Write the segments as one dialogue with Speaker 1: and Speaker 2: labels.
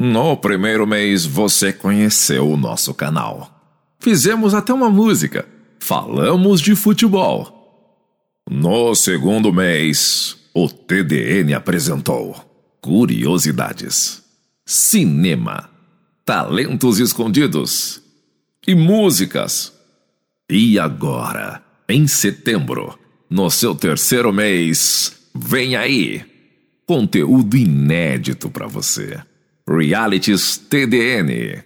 Speaker 1: No primeiro mês você conheceu o nosso canal. Fizemos até uma música. Falamos de futebol. No segundo mês, o TDN apresentou Curiosidades, Cinema, Talentos Escondidos e Músicas. E agora, em setembro, no seu terceiro mês, vem aí! Conteúdo inédito para você. Realities TDN.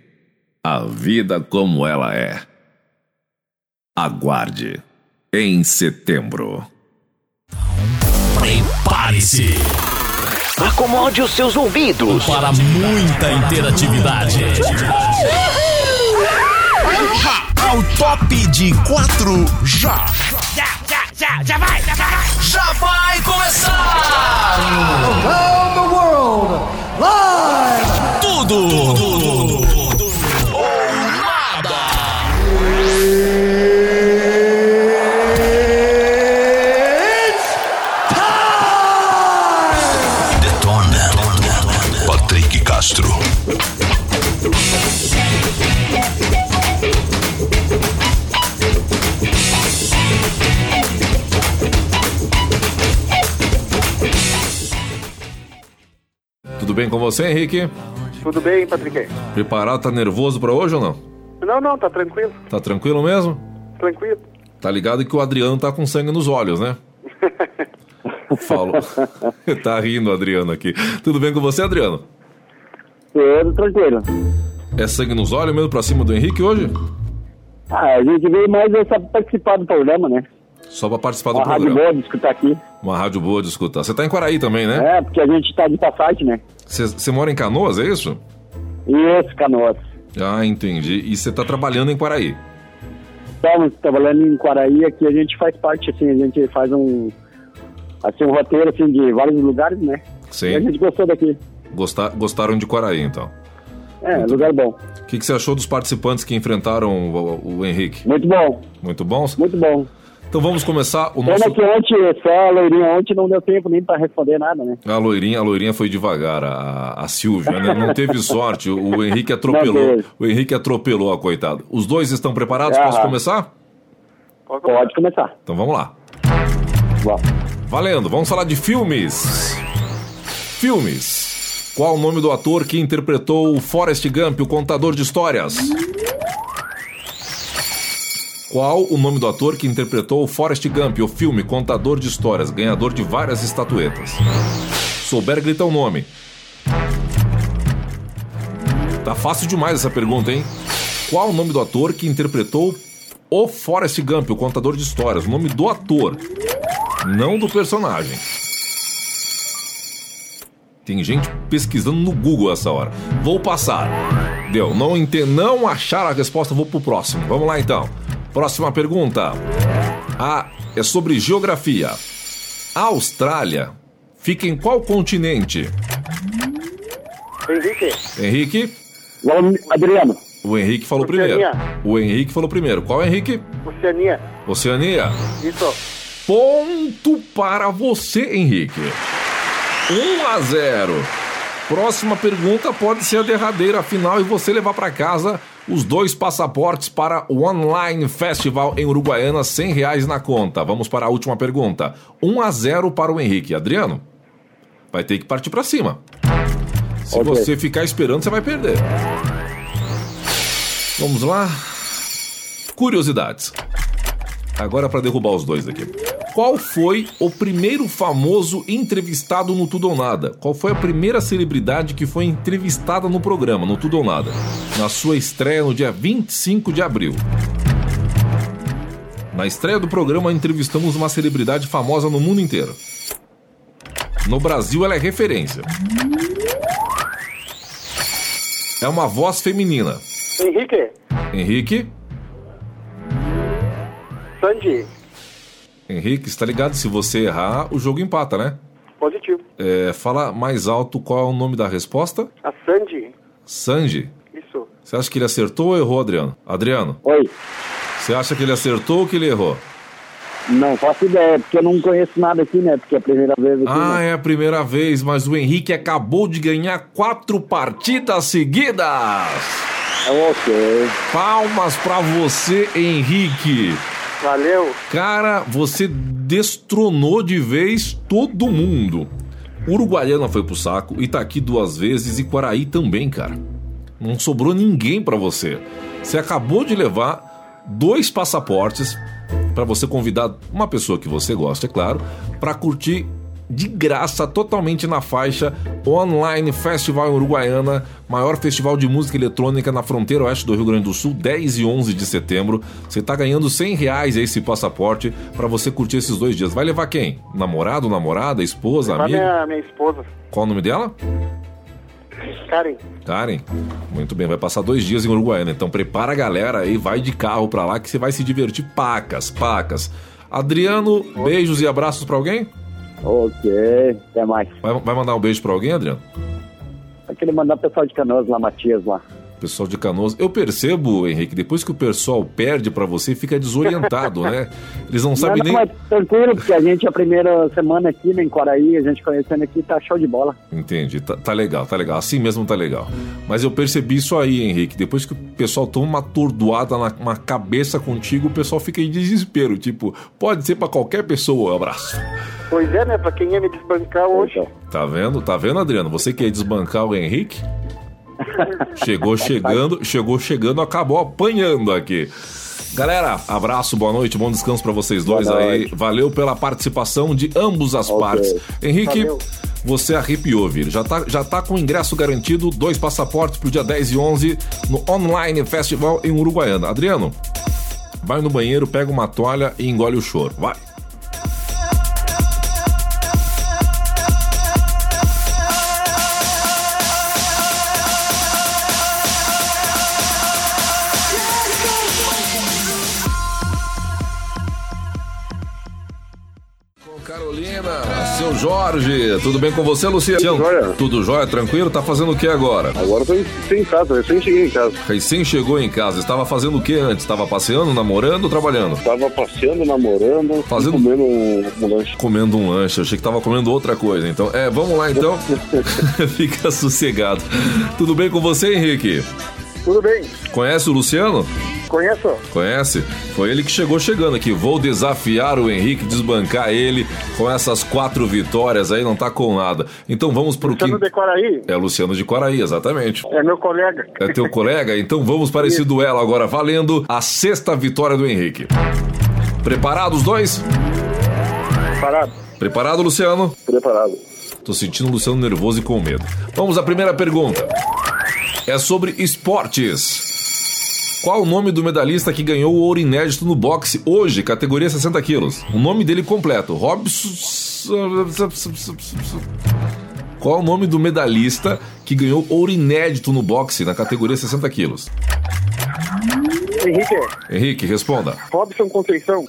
Speaker 1: A vida como ela é. Aguarde em setembro.
Speaker 2: Prepare-se.
Speaker 3: Acomode os seus ouvidos.
Speaker 2: Para muita interatividade.
Speaker 4: Ao top de quatro já.
Speaker 5: Já, já, já, já vai, já vai.
Speaker 4: Já vai começar.
Speaker 6: Around the world. Live.
Speaker 4: Tudo. Ou nada.
Speaker 6: It's time.
Speaker 4: Detona. Patrick Castro.
Speaker 1: Tudo bem com você, Henrique?
Speaker 7: Tudo bem, Patrick?
Speaker 1: Preparado? Tá nervoso pra hoje ou não?
Speaker 7: Não, não, tá tranquilo,
Speaker 1: Tá tranquilo mesmo?
Speaker 7: tranquilo.
Speaker 1: Tá ligado que o Adriano tá com sangue nos olhos, né? Falou. tá rindo o Adriano aqui. Tudo bem com você, Adriano?
Speaker 8: Tudo tranquilo.
Speaker 1: É sangue nos olhos mesmo pra cima do Henrique hoje?
Speaker 8: Ah, a gente veio mais é só participar do programa, né?
Speaker 1: Só pra participar do
Speaker 8: Uma rádio
Speaker 1: programa.
Speaker 8: boa de escutar aqui.
Speaker 1: Uma rádio boa de escutar. Você tá em Quaraí também, né?
Speaker 8: É, porque a gente tá de passagem, né?
Speaker 1: Você você mora em Canoas, é isso?
Speaker 8: Isso, canoas.
Speaker 1: Ah, entendi. E você tá trabalhando em Quaraí.
Speaker 8: Estamos trabalhando em Quaraí, aqui a gente faz parte, assim, a gente faz um... Assim, um roteiro, assim, de vários lugares, né? E a
Speaker 1: Sim.
Speaker 8: gente gostou daqui.
Speaker 1: Gosta- gostaram de Quaraí, então.
Speaker 8: É, lugar bom.
Speaker 1: O que, que você achou dos participantes que enfrentaram o, o Henrique?
Speaker 8: Muito bom,
Speaker 1: Muito bons?
Speaker 8: muito bom.
Speaker 1: Então vamos começar o nosso...
Speaker 8: Pena que ontem, só a loirinha ontem não deu tempo nem pra responder nada, né?
Speaker 1: A loirinha, a loirinha foi devagar, a, a Silvia, né? Não teve sorte. O, o Henrique
Speaker 8: Não
Speaker 1: atropelou.
Speaker 8: teve.
Speaker 1: O Henrique atropelou a coitada. Os dois estão preparados? Posso
Speaker 8: Aham.
Speaker 1: começar?
Speaker 8: Pode começar.
Speaker 1: Então vamos lá.
Speaker 8: Vamos.
Speaker 1: Valendo, vamos falar de filmes. Filmes. Qual o nome do ator que interpretou o Forrest Gump, o contador de histórias? Qual o nome do ator que interpretou o Forrest Gump, o filme Contador de Histórias, ganhador de várias estatuetas? Souber gritar o nome. Tá fácil demais essa pergunta, hein? Qual o nome do ator que interpretou o Forrest Gump, o contador de histórias? O nome do ator não do personagem. Tem gente pesquisando no Google essa hora. Vou passar. Deu, não ente... não achar a resposta, vou pro próximo. Vamos lá então. Próxima pergunta. Ah, é sobre geografia. A Austrália fica em qual continente?
Speaker 7: Henrique,
Speaker 1: Henrique?
Speaker 8: Vamos, Adriano.
Speaker 1: O Henrique falou primeiro. O Henrique falou primeiro. Qual é Henrique?
Speaker 7: Oceania,
Speaker 1: Oceania.
Speaker 7: isso.
Speaker 1: Ponto para você, Henrique. 1 a 0. Próxima pergunta pode ser a derradeira final e você levar para casa os dois passaportes para o Online Festival em Uruguaiana, R$ 100 reais na conta. Vamos para a última pergunta. 1 a 0 para o Henrique. Adriano, vai ter que partir para cima. Se
Speaker 8: Ok.
Speaker 1: você ficar esperando, você vai perder. Vamos lá. Curiosidades. Agora para derrubar os dois daqui. Qual foi o primeiro famoso entrevistado no Tudo ou Nada? Qual foi a primeira celebridade que foi entrevistada no programa, no Tudo ou Nada? Na sua estreia no dia 25 de abril. Na estreia do programa, entrevistamos uma celebridade famosa no mundo inteiro. No Brasil, ela é referência. É uma voz feminina.
Speaker 7: Henrique,
Speaker 1: Henrique,
Speaker 7: Sandy,
Speaker 1: Henrique, está ligado? Se você errar, o jogo empata, né?
Speaker 7: positivo.
Speaker 1: É, fala mais alto qual é o nome da resposta.
Speaker 7: A Sandy,
Speaker 1: Sanji.
Speaker 7: isso.
Speaker 1: Você acha que ele acertou ou errou, Adriano? Adriano,
Speaker 8: Oi.
Speaker 1: você acha que ele acertou ou que ele errou?
Speaker 8: Não faço ideia, porque eu não conheço nada aqui, né? Porque é a primeira vez aqui.
Speaker 1: Ah,
Speaker 8: né?
Speaker 1: é a primeira vez, mas o Henrique acabou de ganhar quatro partidas seguidas.
Speaker 8: Ah, Ok.
Speaker 1: Palmas pra você, Henrique.
Speaker 7: Valeu.
Speaker 1: Cara, você destronou de vez todo mundo. Uruguaiana foi pro saco, Itaqui duas vezes e Quaraí também, cara. Não sobrou ninguém pra você. Você acabou de levar dois passaportes pra você convidar uma pessoa que você gosta, é claro, pra curtir de graça, totalmente na faixa Online Festival Uruguaiana, maior festival de música eletrônica na fronteira oeste do Rio Grande do Sul, 10 e 11 de setembro. Você tá ganhando 100 reais esse passaporte pra você curtir esses dois dias. Vai levar quem? Namorado, namorada, esposa,
Speaker 7: Pra
Speaker 1: amigo?
Speaker 7: minha, minha esposa,
Speaker 1: Qual o nome dela?
Speaker 7: Karen.
Speaker 1: Karen, muito bem, vai passar dois dias em Uruguaiana, então prepara a galera aí, vai de carro pra lá que você vai se divertir pacas, pacas. Adriano, beijos e abraços pra alguém?
Speaker 8: Ok. Até mais.
Speaker 1: Vai, vai mandar um beijo pra alguém, Adriano?
Speaker 8: Aquele mandar o pessoal de canoas lá, Matias lá.
Speaker 1: Pessoal de Canoas, eu percebo, Henrique, depois que o pessoal perde pra você, fica desorientado, né? Eles não sabem
Speaker 8: não,
Speaker 1: nem.
Speaker 8: não, mas tranquilo, porque a gente, a primeira semana aqui, né, em Quaraí, a gente conhecendo aqui, tá show de bola.
Speaker 1: Entendi, tá, tá legal, tá legal. Assim mesmo tá legal. Mas eu percebi isso aí, Henrique. Depois que o pessoal toma uma atordoada na uma cabeça contigo, o pessoal fica em desespero. Tipo, pode ser pra qualquer pessoa, um abraço.
Speaker 7: Pois é, né? Pra quem ia me desbancar hoje.
Speaker 8: Então,
Speaker 1: Tá vendo? Tá vendo, Adriano? Você quer desbancar o Henrique? Chegou chegando, chegou chegando, acabou apanhando aqui. Galera, abraço, boa noite, bom descanso pra vocês dois
Speaker 8: Boa
Speaker 1: aí.
Speaker 8: noite.
Speaker 1: Valeu pela participação de ambos as partes. Henrique,
Speaker 7: Valeu.
Speaker 1: você arrepiou, Vir. Já tá, já tá com ingresso garantido, dois passaportes pro dia 10 e 11 no Online Festival em Uruguaiana. Adriano, vai no banheiro, pega uma toalha e engole o choro. Vai. Carolina, seu Jorge, tudo bem com você, Luciano?
Speaker 9: Jóia.
Speaker 1: Tudo jóia, tranquilo? Tá fazendo o que agora?
Speaker 9: Agora eu tô em, tô em casa, eu recém cheguei em casa.
Speaker 1: Recém chegou em casa, estava fazendo o que antes? Estava passeando, namorando ou trabalhando?
Speaker 9: Tava passeando, namorando, e
Speaker 1: Fazendo-
Speaker 9: comendo um, um lanche.
Speaker 1: Comendo um lanche, eu achei que estava comendo outra coisa. Então, é, vamos lá então. Fica sossegado. Tudo bem com você, Henrique?
Speaker 9: Então.
Speaker 7: Tudo bem?
Speaker 1: Conhece o Luciano?
Speaker 7: Conheço?
Speaker 1: Conhece? Foi ele que chegou chegando aqui. Vou desafiar o Henrique, desbancar ele com essas quatro vitórias aí, não tá com nada. Então vamos pro que.
Speaker 7: Luciano de Quaraí
Speaker 1: É Luciano de Quaraí, exatamente.
Speaker 7: é meu colega.
Speaker 1: É teu colega? Então vamos para esse duelo agora, valendo a sexta vitória do Henrique. Preparados, dois?
Speaker 7: Parado.
Speaker 1: Preparado, Luciano?
Speaker 9: Preparado.
Speaker 1: Tô sentindo o Luciano nervoso e com medo. Vamos à primeira pergunta. É sobre esportes. Qual o nome do medalhista que ganhou o ouro inédito no boxe hoje, categoria 60 quilos? O nome dele completo, Robson... Qual o nome do medalhista que ganhou ouro inédito no boxe na categoria 60 quilos?
Speaker 7: Henrique,
Speaker 1: Henrique, responda.
Speaker 7: Robson Conceição.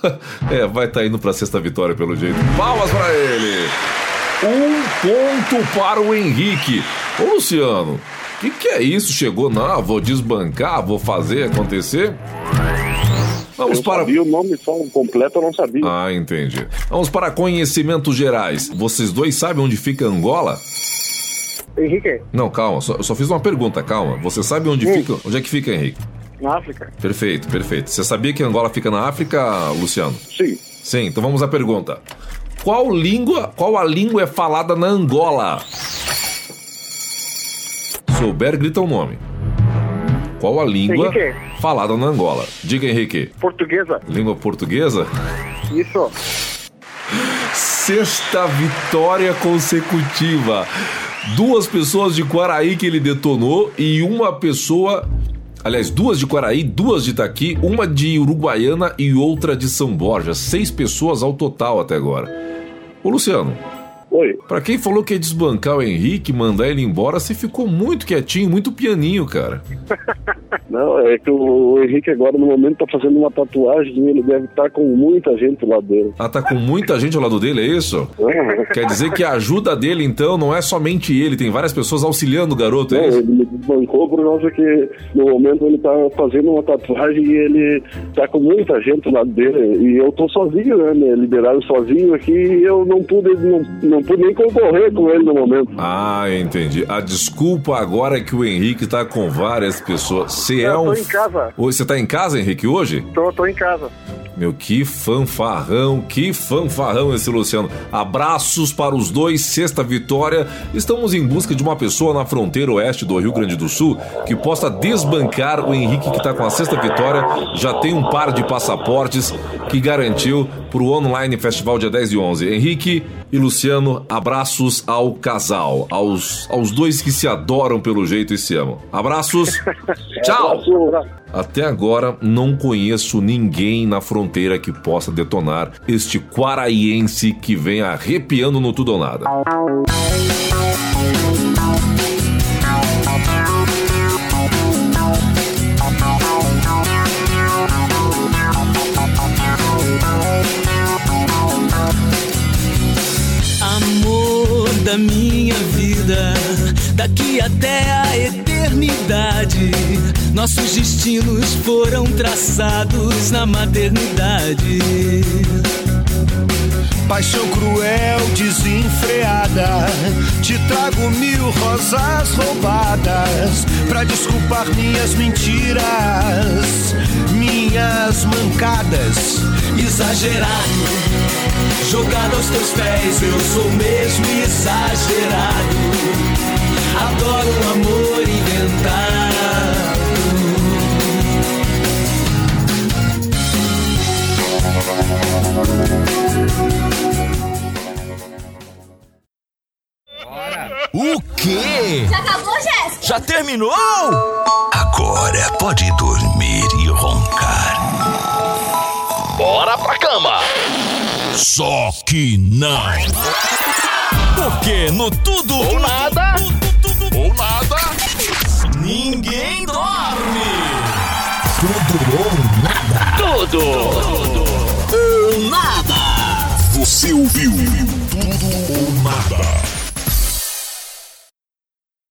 Speaker 1: É, vai estar indo pra sexta vitória pelo jeito. Palmas pra ele! Um ponto para o Henrique. Ô Luciano, o que, que é isso? Chegou na, vou desbancar, vou fazer acontecer? Vamos
Speaker 9: eu
Speaker 1: para.
Speaker 9: sabia o nome só o completo, eu não sabia.
Speaker 1: Ah, entendi. Vamos para conhecimentos gerais. Vocês dois sabem onde fica Angola?
Speaker 7: Henrique,
Speaker 1: Não, calma, só, eu só fiz uma pergunta, calma. Você sabe onde
Speaker 9: Hum.
Speaker 1: fica. Onde é que fica, Henrique?
Speaker 7: na África.
Speaker 1: Perfeito, perfeito. Você sabia que Angola fica na África, Luciano?
Speaker 9: Sim.
Speaker 1: Sim, então vamos à pergunta. Qual língua, qual a língua é falada na Angola? Souber, grita o nome. Qual a língua
Speaker 7: Henrique.
Speaker 1: falada na Angola? Diga, Henrique.
Speaker 7: Portuguesa.
Speaker 1: Língua portuguesa?
Speaker 7: Isso.
Speaker 1: Sexta vitória consecutiva. Duas pessoas de Quaraí que ele detonou e uma pessoa. Aliás, duas de Quaraí, duas de Itaqui, uma de Uruguaiana e outra de São Borja. Seis pessoas ao total até agora. Ô Luciano,
Speaker 9: Oi.
Speaker 1: pra quem falou que é ia desbancar o Henrique, mandar ele embora, você ficou muito quietinho, muito pianinho, cara.
Speaker 9: Não, é que o Henrique agora no momento tá fazendo uma tatuagem e ele deve estar com muita gente lá dentro.
Speaker 1: Ah, tá com muita gente ao lado dele, é isso? Quer dizer que a ajuda dele, então, não é somente ele, tem várias pessoas auxiliando o garoto, é
Speaker 9: Não,
Speaker 1: isso?
Speaker 9: ele me desbancou por causa que no momento ele tá fazendo uma tatuagem e ele tá com muita gente lá dele. E eu tô sozinho, né? Me liberaram sozinho aqui e eu não pude, não, não pude nem concorrer com ele no momento.
Speaker 1: Ah, entendi. A desculpa agora é que o Henrique tá com várias pessoas. Você é
Speaker 7: Eu
Speaker 1: um.
Speaker 7: tô em casa.
Speaker 1: Hoje você tá em casa, Henrique, hoje?
Speaker 7: Tô, tô em casa.
Speaker 1: Meu, que fanfarrão, que fanfarrão esse Luciano. Abraços para os dois, sexta vitória. Estamos em busca de uma pessoa na fronteira oeste do Rio Grande do Sul que possa desbancar o Henrique que está com a sexta vitória. Já tem um par de passaportes que garantiu para o Online Festival dia 10 e 11. Henrique e Luciano, abraços ao casal, aos, aos dois que se adoram pelo jeito e se amam. Abraços, tchau! Até agora, não conheço ninguém na fronteira que possa detonar este quaraiense que vem arrepiando no tudo ou nada.
Speaker 10: Amor da minha vida, daqui até a eternidade. Nossos destinos foram traçados na maternidade.
Speaker 11: Paixão cruel, desenfreada. Te trago mil rosas roubadas pra desculpar minhas mentiras, minhas mancadas.
Speaker 10: Exagerado, jogado aos teus pés, eu sou mesmo exagerado. Adoro o amor inventado.
Speaker 4: O quê?
Speaker 12: Já acabou, Jéssica?
Speaker 4: Já terminou? Agora pode dormir e roncar. Bora pra cama! Só que não! Porque no tudo ou nada, ou nada, ninguém dorme!
Speaker 2: Tudo ou nada.
Speaker 4: Tudo!
Speaker 2: Ou nada.
Speaker 4: Você ouviu tudo